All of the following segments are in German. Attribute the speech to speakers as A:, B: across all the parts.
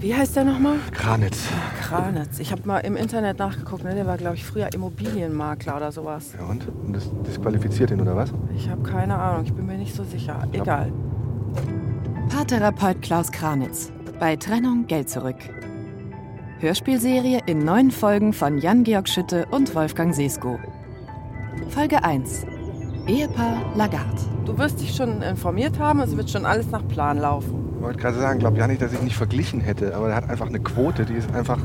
A: Wie heißt der nochmal?
B: Kranitz.
A: Kranitz. Ich habe mal im Internet nachgeguckt. Ne? Der war, glaube ich, früher Immobilienmakler oder sowas.
B: Ja und? Und das disqualifiziert ihn, oder was?
A: Ich habe keine Ahnung. Ich bin mir nicht so sicher. Egal.
C: Paartherapeut Klaus Kranitz. Bei Trennung Geld zurück. Hörspielserie in neun Folgen von Jan-Georg Schütte und Wolfgang Sesko. Folge 1. Ehepaar Lagarde.
A: Du wirst dich schon informiert haben. Es wird schon alles nach Plan laufen.
B: Ich wollte gerade sagen, glaub ja nicht, dass ich nicht verglichen hätte, aber der hat einfach eine Quote, die ist einfach,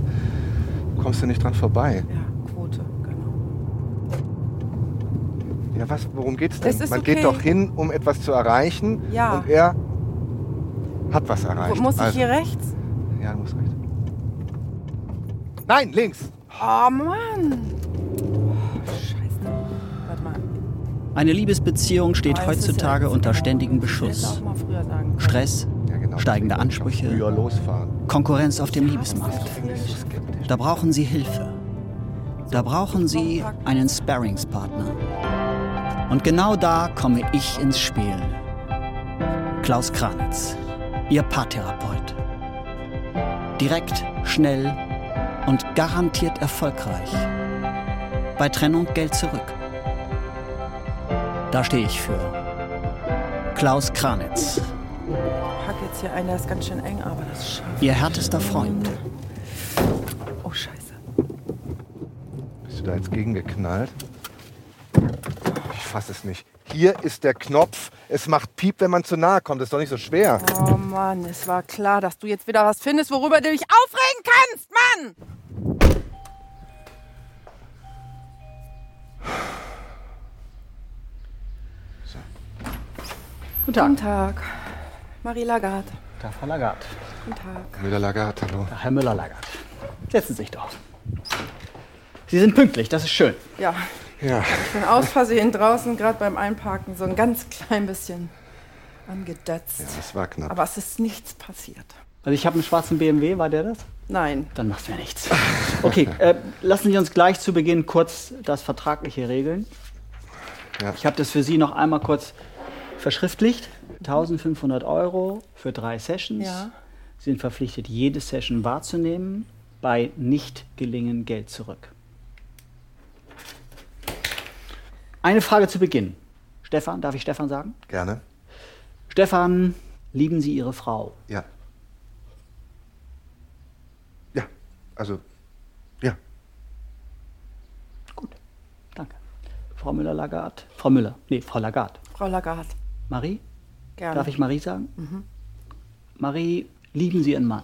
B: kommst du nicht dran vorbei.
A: Ja, Quote, genau.
B: Ja, was, worum geht's denn?
A: Es ist
B: Man
A: okay.
B: geht doch hin, um etwas zu erreichen
A: Ja.
B: und er hat was erreicht.
A: Muss ich
B: also,
A: hier rechts?
B: Ja, du musst recht. Nein, links!
A: Oh Mann! Scheiße. Warte mal.
D: Eine Liebesbeziehung steht
A: Ah, es ist ja
D: heutzutage
A: jetzt- genau.
D: unter ständigem
A: Hätte
D: Beschuss.
A: auch mal früher sagen können.
D: Stress,
B: Ja, genau.
D: Steigende
B: Deswegen wollte ich auch
D: Ansprüche.
B: Früher losfahren.
D: Konkurrenz auf dem Liebesmarkt.
B: Deswegen bin ich so skeptisch.
D: Da brauchen Sie Hilfe. Da brauchen Sie einen Sparringspartner. Und genau da komme ich ins Spiel. Klaus Kranitz, Ihr Paartherapeut. Direkt, schnell und garantiert erfolgreich. Bei Trennung Geld zurück. Da stehe ich für. Klaus Kranitz,
A: Ich pack jetzt hier einen, der ist ganz schön eng, aber das schafft.
D: Ihr härtester Freund.
A: Oh Scheiße.
B: Bist du da jetzt gegengeknallt? Ich fasse es nicht. Hier ist der Knopf. Es macht Piep, wenn man zu nahe kommt. Das ist doch nicht so schwer.
A: Oh Mann, es war klar, dass du jetzt wieder was findest, worüber du dich aufregen kannst, Mann! Guten Tag. Guten Tag. Marie Lagarde.
E: Der Frau Lagarde,
A: Guten Tag.
B: Müller Lagarde, hallo.
E: Herr Müller-Lagarde. Setzen Sie sich doch. Sie sind pünktlich, das ist schön.
A: Ja,
B: Ja,
A: ich bin aus Versehen draußen, gerade beim Einparken, so ein ganz klein bisschen angedötzt.
B: das war knapp.
A: Aber es ist nichts passiert.
E: Also ich habe einen schwarzen BMW, war der das?
A: Nein.
E: Dann macht's mir nichts. Okay, äh, lassen Sie uns gleich zu Beginn kurz das Vertragliche regeln.
B: Ja.
E: Ich habe das für Sie noch einmal kurz verschriftlicht. 1500 Euro für drei Sessions.
A: Ja.
E: Sie sind verpflichtet, jede Session wahrzunehmen. Bei Nicht-Gelingen Geld zurück. Eine Frage zu Beginn. Stefan, darf ich Stefan sagen?
B: Gerne.
E: Stefan, lieben Sie Ihre Frau?
B: Ja. Ja, also, ja.
E: Gut, danke. Frau Müller-Lagarde. Frau Müller, nee, Frau Lagarde.
A: Frau Lagarde,
E: Marie?
A: gerne.
E: Darf ich Marie sagen? Marie, lieben Sie Ihren Mann?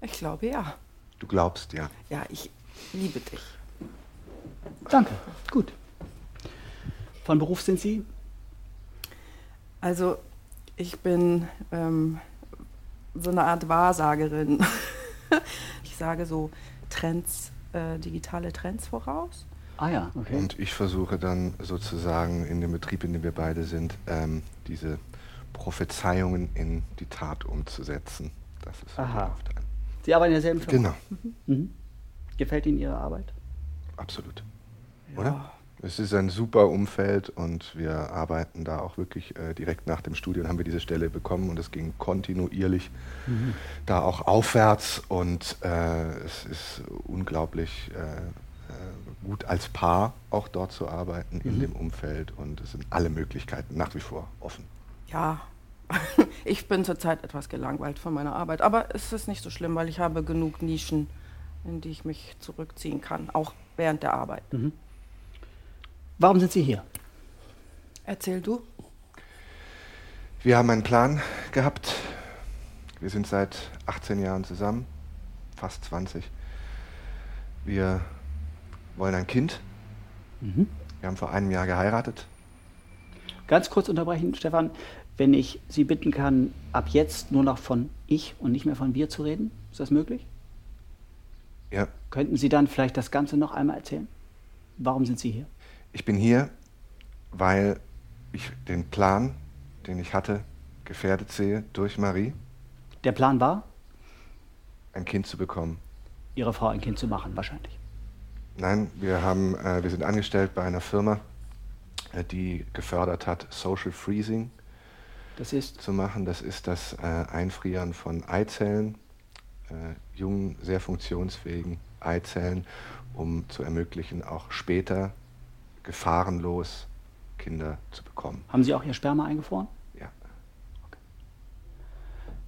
A: Ich glaube ja.
B: Du glaubst, ja.
A: Ja, ich liebe dich.
E: Danke, gut. Von Beruf sind Sie?
A: Also ich bin ähm, so eine Art Wahrsagerin. ich sage so Trends, äh, digitale Trends voraus.
E: Ah ja, okay.
B: Und ich versuche dann sozusagen in dem Betrieb, in dem wir beide sind, ähm, diese Prophezeiungen in die Tat umzusetzen. Das ist
E: Aha.
B: oft ein.
E: Sie arbeiten in derselben Firma?
B: Genau,
E: Mhm. Gefällt Ihnen Ihre Arbeit?
B: absolut. Oder? Es ist ein super Umfeld und wir arbeiten da auch wirklich äh, direkt nach dem Studium haben wir diese Stelle bekommen und es ging kontinuierlich da auch aufwärts und äh, es ist unglaublich äh, äh, gut als Paar auch dort zu arbeiten in dem Umfeld und es sind alle Möglichkeiten nach wie vor offen.
A: Ja, ich bin zurzeit etwas gelangweilt von meiner Arbeit, aber es ist nicht so schlimm, weil ich habe genug Nischen, in die ich mich zurückziehen kann, auch während der Arbeit.
E: Warum sind Sie hier?
A: Erzähl du.
B: Wir haben einen Plan gehabt. Wir sind seit 18 Jahren zusammen, fast 20. Wir wollen ein Kind. Wir haben vor einem Jahr geheiratet.
E: Ganz kurz unterbrechen, Stefan, wenn ich Sie bitten kann, ab jetzt nur noch von ich und nicht mehr von wir zu reden. Ist das möglich?
B: Ja,
E: Könnten Sie dann vielleicht das Ganze noch einmal erzählen? Warum sind Sie hier?
B: ich bin hier, weil ich den Plan, den ich hatte, gefährdet sehe durch Marie,
E: Der Plan war,
B: ein Kind zu bekommen.
E: Ihre Frau ein Kind zu machen, wahrscheinlich.
B: Nein, wir, haben, äh, wir sind angestellt bei einer Firma, äh, die gefördert hat Social Freezing.
E: Das ist
B: zu machen. Das ist das äh, Einfrieren von Eizellen, äh, jungen, sehr funktionsfähigen Eizellen, um zu ermöglichen, auch später gefahrenlos Kinder zu bekommen.
E: Haben Sie auch Ihr Sperma eingefroren?
B: Ja.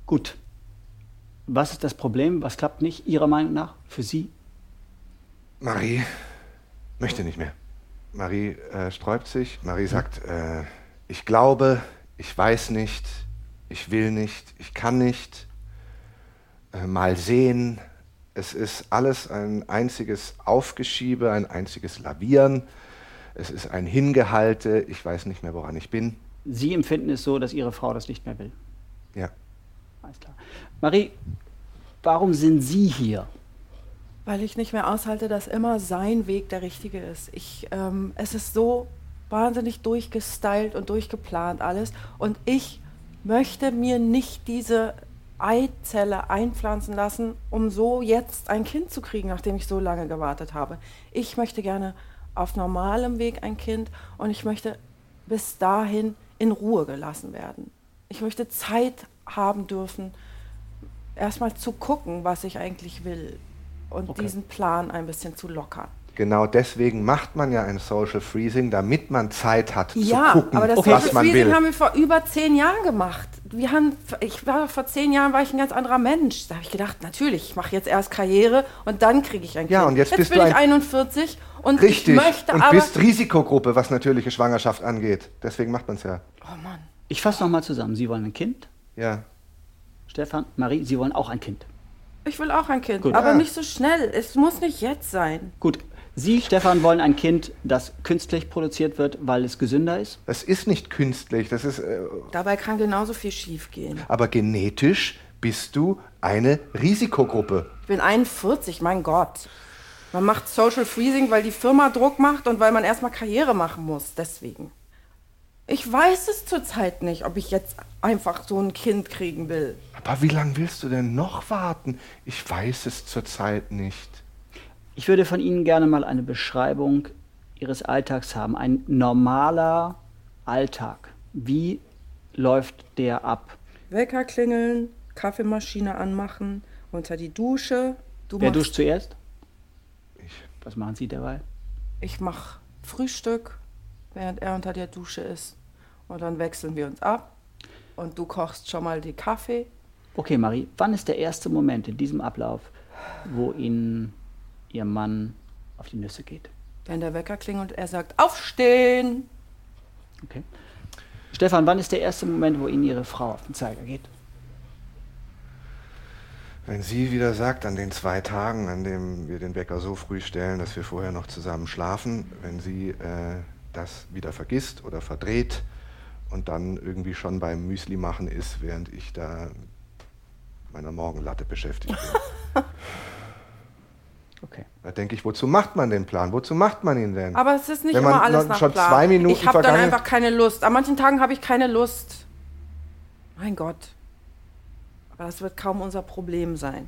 E: Gut. Was ist das Problem? Was klappt nicht Ihrer Meinung nach für Sie?
B: Marie möchte nicht mehr. Marie äh, sträubt sich. Marie sagt, äh, ich glaube, ich weiß nicht, ich will nicht, ich kann nicht. Äh, mal sehen. Es ist alles ein einziges Aufgeschiebe, ein einziges Lavieren. Es ist ein Hingehalte. Ich weiß nicht mehr, woran ich bin.
E: Sie empfinden es so, dass Ihre Frau das nicht mehr will.
B: Ja.
E: Alles klar. Marie, warum sind Sie hier?
A: Weil ich nicht mehr aushalte, dass immer sein Weg der richtige ist. Ich, ähm, es ist so wahnsinnig durchgestylt und durchgeplant alles. Und ich möchte mir nicht diese Eizelle einpflanzen lassen, um so jetzt ein Kind zu kriegen, nachdem ich so lange gewartet habe. Ich möchte gerne auf normalem Weg ein Kind und ich möchte bis dahin in Ruhe gelassen werden. Ich möchte Zeit haben dürfen, erstmal zu gucken, was ich eigentlich will und
E: Okay.
A: diesen Plan ein bisschen zu lockern.
B: Genau deswegen macht man ja ein Social Freezing, damit man Zeit hat
A: Ja,
B: zu gucken,
A: aber das
B: was
A: Social
B: man
A: Freezing
B: will.
A: haben wir vor über zehn Jahren gemacht. Wir haben, ich war vor zehn Jahren war ich ein ganz anderer Mensch. Da habe ich gedacht, natürlich, ich mache jetzt erst Karriere und dann kriege ich ein
B: Ja,
A: Kind.
B: und jetzt bist
A: bin
B: du
A: ich
B: ein-
A: 41 und
B: Richtig.
A: ich möchte
B: und
A: aber.
B: bist Risikogruppe, was natürliche Schwangerschaft angeht. Deswegen macht man es ja.
A: oh Mann.
E: Ich fasse nochmal zusammen. Sie wollen ein Kind.
B: Ja.
E: Stefan, Marie, Sie wollen auch ein Kind.
A: Ich will auch ein Kind,
E: Gut.
A: aber
B: Ja.
A: nicht so schnell. Es muss nicht jetzt sein.
E: Gut. Sie, Stefan, wollen ein Kind, das künstlich produziert wird, weil es gesünder ist.
B: Das ist nicht künstlich, das ist äh,
A: Dabei kann genauso viel schief gehen.
B: aber genetisch bist du eine Risikogruppe.
A: Ich bin 41, mein Gott. Man macht Social Freezing, weil die Firma Druck macht und weil man erstmal Karriere machen muss. Deswegen. Ich weiß es zurzeit nicht, ob ich jetzt einfach so ein Kind kriegen will.
B: Aber wie lange willst du denn noch warten? Ich weiß es zurzeit nicht.
E: Ich würde von Ihnen gerne mal eine Beschreibung Ihres Alltags haben. Ein normaler Alltag. Wie läuft der ab?
A: Wecker klingeln, Kaffeemaschine anmachen, unter die Dusche. Du
E: Wer
A: machst-
E: duscht zuerst?
B: Ich,
E: Was machen Sie dabei?
A: Ich mach Frühstück, während er unter der Dusche ist. Und dann wechseln wir uns ab. Und du kochst schon mal den Kaffee.
E: Okay, Marie, wann ist der erste Moment in diesem Ablauf, wo Ihnen Ihr Mann auf die Nüsse geht?
A: Wenn der Wecker klingelt und er sagt, aufstehen.
E: Okay. Stefan, wann ist der erste Moment, wo Ihnen Ihre Frau auf den Zeiger geht?
B: wenn sie wieder sagt, an den zwei Tagen, an dem wir den Wecker so früh stellen, dass wir vorher noch zusammen schlafen, wenn sie äh, das wieder vergisst oder verdreht und dann irgendwie schon beim Müsli machen ist, während ich da mit meiner Morgenlatte beschäftigt bin.
E: Okay.
B: Da denke ich, wozu macht man den Plan? Wozu macht man ihn denn?
A: Aber es ist nicht
B: Wenn man
A: immer alles
B: noch-
A: nach
B: schon
A: Plan.
B: zwei Minuten
A: ich habe dann
B: vergangen-
A: einfach keine Lust. An manchen Tagen habe ich keine Lust. Mein Gott. Aber das wird kaum unser Problem sein.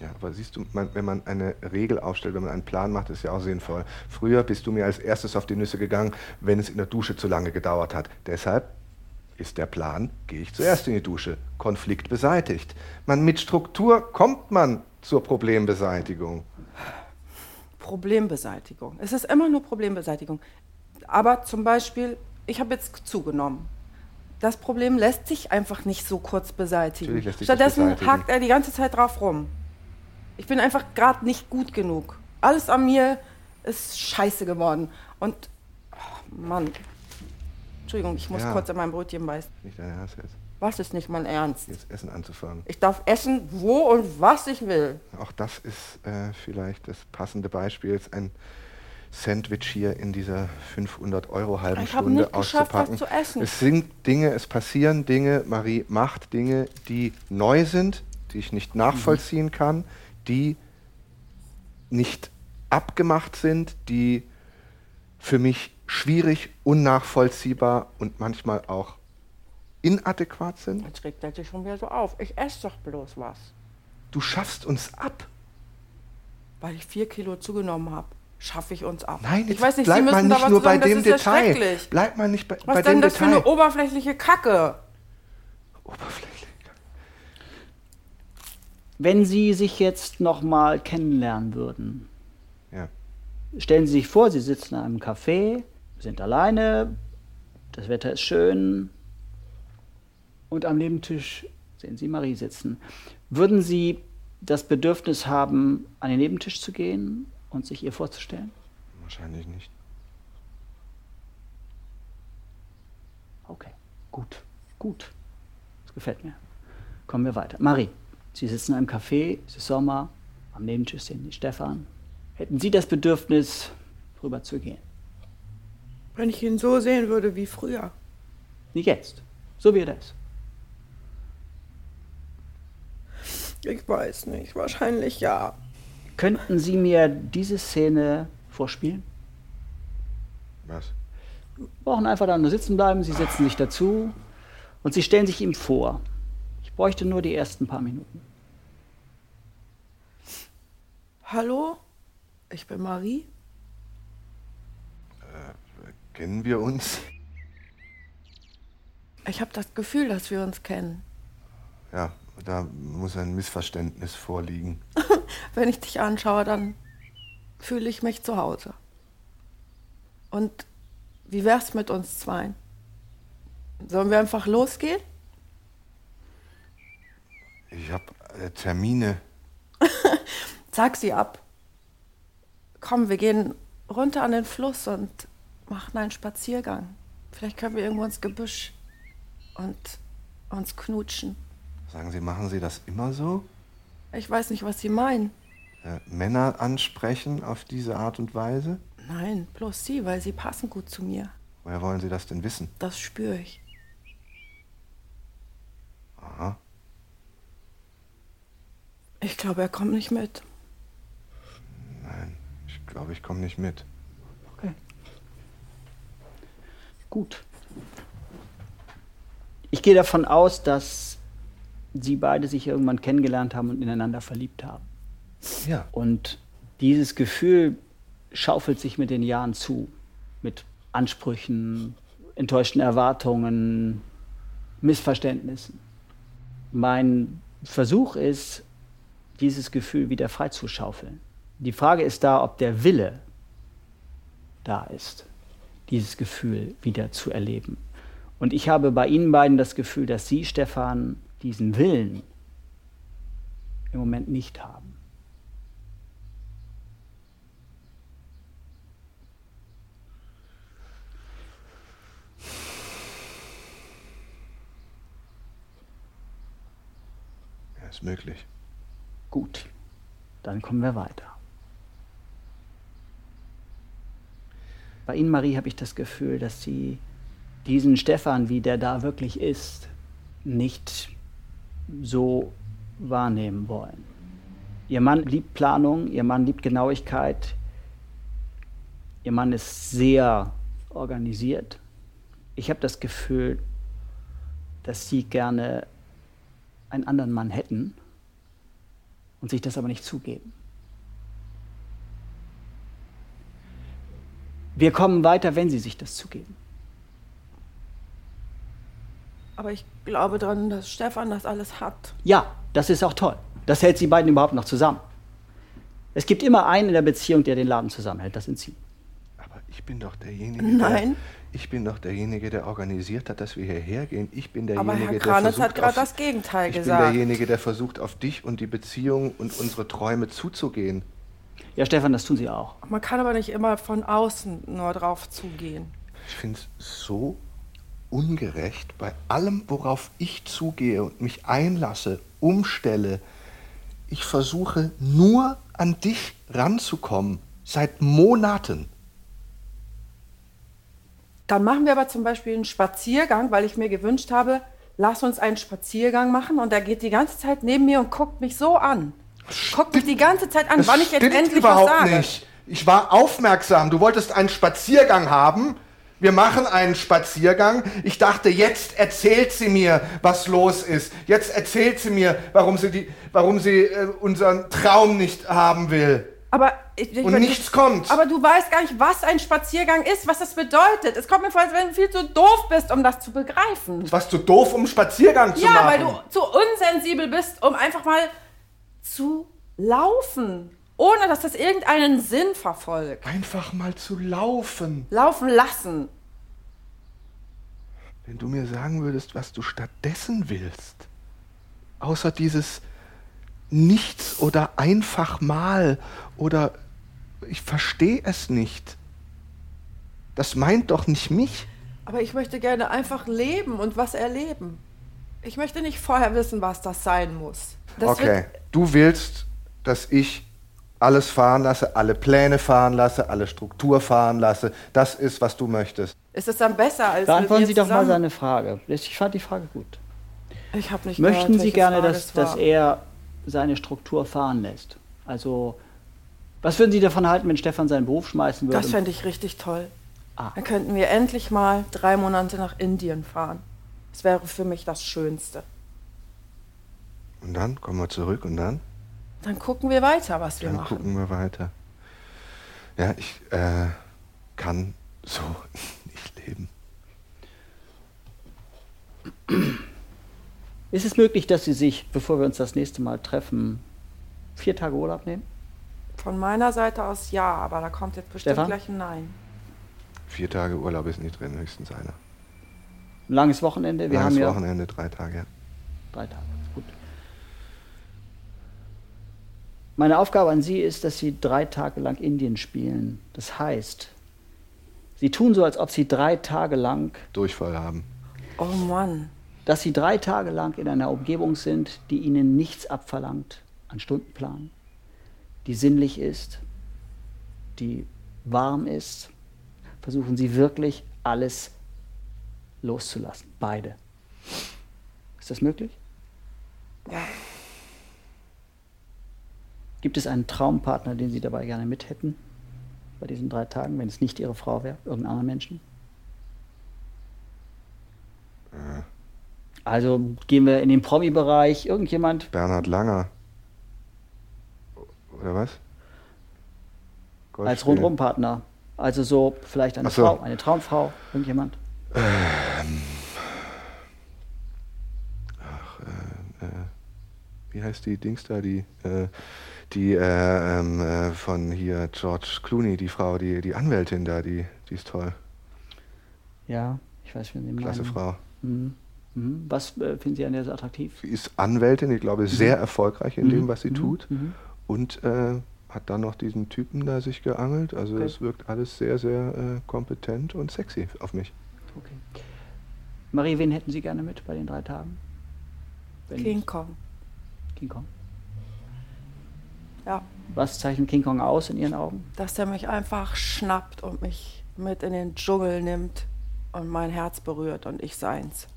B: ja, aber siehst du, man, wenn man eine Regel aufstellt, wenn man einen Plan macht, ist ja auch sinnvoll. Früher bist du mir als erstes auf die Nüsse gegangen, wenn es in der Dusche zu lange gedauert hat. Deshalb ist der Plan, gehe ich zuerst in die Dusche. Konflikt beseitigt. Man mit Struktur kommt man zur Problembeseitigung.
A: Problembeseitigung. Es ist immer nur Problembeseitigung. Aber zum Beispiel, ich habe jetzt zugenommen. Das Problem lässt sich einfach nicht so kurz beseitigen.
B: Natürlich lässt sich das
A: Stattdessen
B: beseitigen.
A: hakt er die ganze Zeit drauf rum. Ich bin einfach gerade nicht gut genug. Alles an mir ist scheiße geworden. Und, oh Mann. Entschuldigung, ich muss
B: Ja.
A: kurz in mein Brötchen beißen.
B: Nicht dein Ernst jetzt,
A: Was ist nicht mein Ernst?
B: jetzt Essen anzufangen.
A: Ich darf essen, wo und was ich will.
B: Auch das ist äh, vielleicht das passende Beispiel, jetzt ein Sandwich hier in dieser 500 Euro halben
A: Ich hab
B: Stunde
A: nicht geschafft, was
B: auszupacken.
A: zu essen.
B: Es sind Dinge, es passieren Dinge. Marie macht Dinge, die neu sind, die ich nicht
A: Mhm.
B: nachvollziehen kann, die nicht abgemacht sind, die für mich schwierig, unnachvollziehbar und manchmal auch inadäquat sind.
A: Jetzt regt er sich schon wieder so auf. Ich esse doch bloß was.
B: Du schaffst uns ab.
A: Weil ich vier Kilo zugenommen habe, schaffe ich uns ab.
B: Nein, jetzt
A: ich weiß nicht,
B: bleib
A: Sie müssen
B: mal
A: da
B: nicht
A: was
B: nur
A: zu
B: bei
A: sagen,
B: dem
A: das ist ja
B: Detail.
A: schrecklich.
B: bleib mal nicht bei,
A: Was
B: bei
A: denn
B: dem
A: das für
B: Detail.
A: eine oberflächliche Kacke?
B: Oberflächlich.
E: Wenn Sie sich jetzt nochmal kennenlernen würden,
B: Ja.
E: stellen Sie sich vor, Sie sitzen in einem Café, sind alleine, das Wetter ist schön und am Nebentisch sehen Sie Marie sitzen. Würden Sie das Bedürfnis haben, an den Nebentisch zu gehen und sich ihr vorzustellen?
B: Wahrscheinlich nicht.
E: Okay, gut, gut. Das gefällt mir. Kommen wir weiter. Marie, Sie sitzen in einem Café, es ist Sommer, am Nebentisch sehen Sie Stefan. Hätten Sie das Bedürfnis, rüber zu gehen?
F: Wenn ich ihn so sehen würde wie früher.
E: Nicht jetzt, so wie er das.
F: Ich weiß nicht, wahrscheinlich ja.
E: Könnten Sie mir diese Szene vorspielen?
B: Was?
E: brauchen einfach da nur sitzen bleiben, sie setzen sich dazu und sie stellen sich ihm vor. Ich bräuchte nur die ersten paar Minuten.
F: Hallo? Ich bin Marie.
B: Kennen wir uns?
A: Ich habe das Gefühl, dass wir uns kennen.
B: Ja, da muss ein Missverständnis vorliegen.
A: Wenn ich dich anschaue, dann fühle ich mich zu Hause. Und wie wär's mit uns zweien? Sollen wir einfach losgehen?
B: Ich habe äh, Termine.
A: Sag sie ab. Komm, wir gehen runter an den Fluss und machen einen Spaziergang. Vielleicht können wir irgendwo ins Gebüsch und uns knutschen.
B: Sagen Sie, machen Sie das immer so?
A: Ich weiß nicht, was sie meinen.
B: Äh, Männer ansprechen auf diese Art und Weise?
A: Nein, bloß sie, weil sie passen gut zu mir.
B: Woher wollen Sie das denn wissen?
A: Das spüre ich.
B: Aha.
A: Ich glaube, er kommt nicht mit.
B: Nein, ich glaube, ich komme nicht mit.
E: Okay. Gut. Ich gehe davon aus, dass sie beide sich irgendwann kennengelernt haben und ineinander verliebt haben.
B: Ja.
E: Und dieses Gefühl schaufelt sich mit den Jahren zu. Mit Ansprüchen, enttäuschten Erwartungen, Missverständnissen. Mein Versuch ist, dieses Gefühl wieder freizuschaufeln. Die Frage ist da, ob der Wille da ist, dieses Gefühl wieder zu erleben. Und ich habe bei Ihnen beiden das Gefühl, dass Sie, Stefan, diesen Willen im Moment nicht haben.
B: ja ist möglich.
E: Gut, dann kommen wir weiter. Bei Ihnen, Marie, habe ich das Gefühl, dass Sie diesen Stefan, wie der da wirklich ist, nicht so wahrnehmen wollen. Ihr Mann liebt Planung, Ihr Mann liebt Genauigkeit, Ihr Mann ist sehr organisiert. Ich habe das Gefühl, dass Sie gerne einen anderen Mann hätten und sich das aber nicht zugeben. Wir kommen weiter, wenn sie sich das zugeben.
A: Aber ich glaube dran, dass Stefan das alles hat.
E: Ja, das ist auch toll. Das hält sie beiden überhaupt noch zusammen. Es gibt immer einen in der Beziehung, der den Laden zusammenhält. Das sind sie.
B: Aber ich bin doch derjenige.
A: Nein.
B: Der, ich bin doch derjenige, der organisiert hat, dass wir hierher gehen. Ich bin derjenige,
A: Aber Herr
B: der
A: Kranitz
B: versucht,
A: hat gerade
B: auf-
A: das Gegenteil
B: ich
A: gesagt.
B: bin derjenige, der versucht, auf dich und die Beziehung und unsere Träume zuzugehen.
E: Ja, Stefan, das tun sie auch.
A: Man kann aber nicht immer von außen nur drauf zugehen.
B: Ich finde es so ungerecht, bei allem, worauf ich zugehe und mich einlasse, umstelle. Ich versuche nur an dich ranzukommen, seit Monaten.
A: Dann machen wir aber zum Beispiel einen Spaziergang, weil ich mir gewünscht habe, lass uns einen Spaziergang machen. Und er geht die ganze Zeit neben mir und guckt mich so an. Guckt mich die ganze Zeit an,
B: Das
A: wann ich jetzt
B: stimmt
A: endlich
B: überhaupt
A: was sage.
B: nicht. Ich war aufmerksam. Du wolltest einen Spaziergang haben. Wir machen einen Spaziergang. Ich dachte, jetzt erzählt sie mir, was los ist. Jetzt erzählt sie mir, warum sie, die, warum sie äh, unseren Traum nicht haben will.
A: Aber ich, ich
B: Und nichts kommt.
A: Aber du weißt gar nicht, was ein Spaziergang ist, was das bedeutet. Es kommt mir vor, als wenn du viel zu doof bist, um das zu begreifen.
B: Was zu doof, um einen Spaziergang zu
A: Ja,
B: machen.
A: weil du zu unsensibel bist, um einfach mal zu laufen, ohne dass das irgendeinen Sinn verfolgt.
B: Einfach mal zu laufen.
A: Laufen lassen.
B: Wenn du mir sagen würdest, was du stattdessen willst, außer dieses Nichts oder einfach mal oder ich verstehe es nicht. Das meint doch nicht mich.
A: Aber ich möchte gerne einfach leben und was erleben. Ich möchte nicht vorher wissen, was das sein muss. Das
B: okay, du willst, dass ich alles fahren lasse, alle Pläne fahren lasse, alle Struktur fahren lasse. Das ist, was du möchtest.
A: ist es dann besser als
E: Beantworten
A: mit
E: Sie
A: mir
E: doch mal
A: zusammen-
E: seine Frage. Ich fand die Frage gut.
A: Ich habe nicht
E: Möchten
A: gehört,
E: Sie
A: welche
E: gerne,
A: Frage
E: dass,
A: es war.
E: dass er seine Struktur fahren lässt? Also, was würden Sie davon halten, wenn Stefan seinen Beruf schmeißen würde?
A: Das fände ich richtig toll.
E: Ah.
A: Dann könnten wir endlich mal drei Monate nach Indien fahren. Das wäre für mich das Schönste.
B: Und dann kommen wir zurück und dann?
A: Dann gucken wir weiter, was wir
B: Dann
A: machen.
B: gucken wir weiter. Ja, ich äh, kann so nicht leben.
E: Ist es möglich, dass Sie sich, bevor wir uns das nächste Mal treffen, vier Tage Urlaub nehmen?
A: Von meiner Seite aus ja, aber da kommt jetzt bestimmt
E: Stefan?
A: gleich ein Nein.
B: Vier Tage Urlaub ist nicht drin, höchstens einer.
E: Ein langes Wochenende? Wir
B: Langes
E: haben ja
B: Wochenende, drei Tage.
E: drei Tage. Gut. Meine Aufgabe an Sie ist, dass Sie drei Tage lang Indien spielen. Das heißt, Sie tun so, als ob Sie drei Tage lang
B: Durchfall haben.
A: Oh Mann.
E: dass sie drei Tage lang in einer Umgebung sind, die ihnen nichts abverlangt an Stundenplan, die sinnlich ist, die warm ist. Versuchen sie wirklich alles loszulassen, beide. Ist das möglich?
A: Ja.
E: Gibt es einen Traumpartner, den Sie dabei gerne mit hätten, bei diesen drei Tagen, wenn es nicht Ihre Frau wäre, irgendein anderer Menschen? Also gehen wir in den Promi-Bereich, irgendjemand,
B: Bernhard Langer. Oder was? Golf
E: Als
B: spielen.
E: Rundrumpartner. Also so vielleicht eine
B: Ach so.
E: Frau, eine Traumfrau, irgendjemand.
B: Wie heißt die Dings da? Die, äh, die äh, ähm, äh, von hier George Clooney, die Frau, die, die Anwältin da, die, die ist toll.
E: Ja, ich weiß, wen Sie meinen.
B: Klasse Frau.
E: Mhm. Mhm. Was äh, finden Sie an der so attraktiv?
B: Sie ist Anwältin, ich glaube, sehr erfolgreich in dem, was sie tut.
E: Mhm.
B: Und äh, hat dann noch diesen Typen da sich geangelt. Also
E: Okay.
B: es wirkt alles sehr, sehr äh, kompetent und sexy auf mich.
E: Okay. Marie, wen hätten Sie gerne mit bei den drei Tagen? Wenn-
A: King Kong.
E: King Kong.
A: Ja.
E: Was zeichnet King Kong aus in Ihren Augen?
A: Dass der mich einfach schnappt und mich mit in den Dschungel nimmt und mein Herz berührt und ich seins.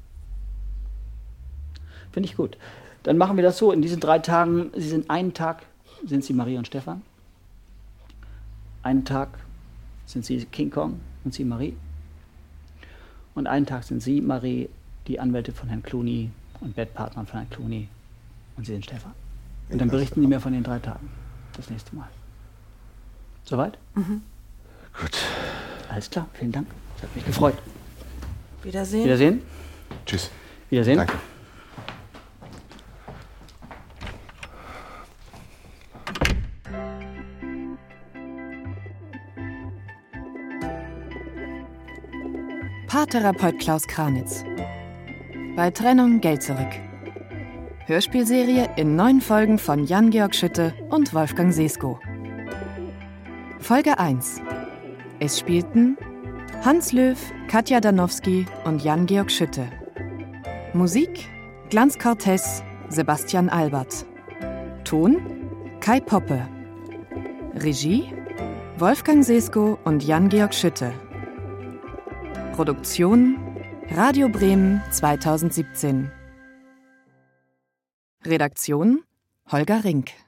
E: Finde ich gut. Dann machen wir das so. In diesen drei Tagen, Sie sind einen Tag, sind Sie Marie und Stefan. Einen Tag sind Sie King Kong und Sie Marie. Und einen Tag sind Sie, Marie, die Anwälte von Herrn Clooney und Bettpartner von Herrn Clooney. Und Sie sind Stefan. Und dann
B: Klasse.
E: berichten Sie mir von den drei Tagen. Das nächste Mal. Soweit?
B: Gut.
E: Alles klar. Vielen Dank. Das hat mich gefreut.
A: Wiedersehen.
E: Wiedersehen.
B: Tschüss.
E: Wiedersehen.
B: Danke.
C: Paartherapeut Klaus Kranitz. Bei Trennung Geld zurück. Hörspielserie in neun Folgen von Jan-Georg Schütte und Wolfgang Sesko. Folge 1. Es spielten Hans Löw, Katja Danowski und Jan-Georg Schütte. Musik Glanz Cortez, Sebastian Albert. Ton Kai Poppe. Regie Wolfgang Sesko und Jan-Georg Schütte. Produktion Radio Bremen 2017. Redaktion Holger Rink.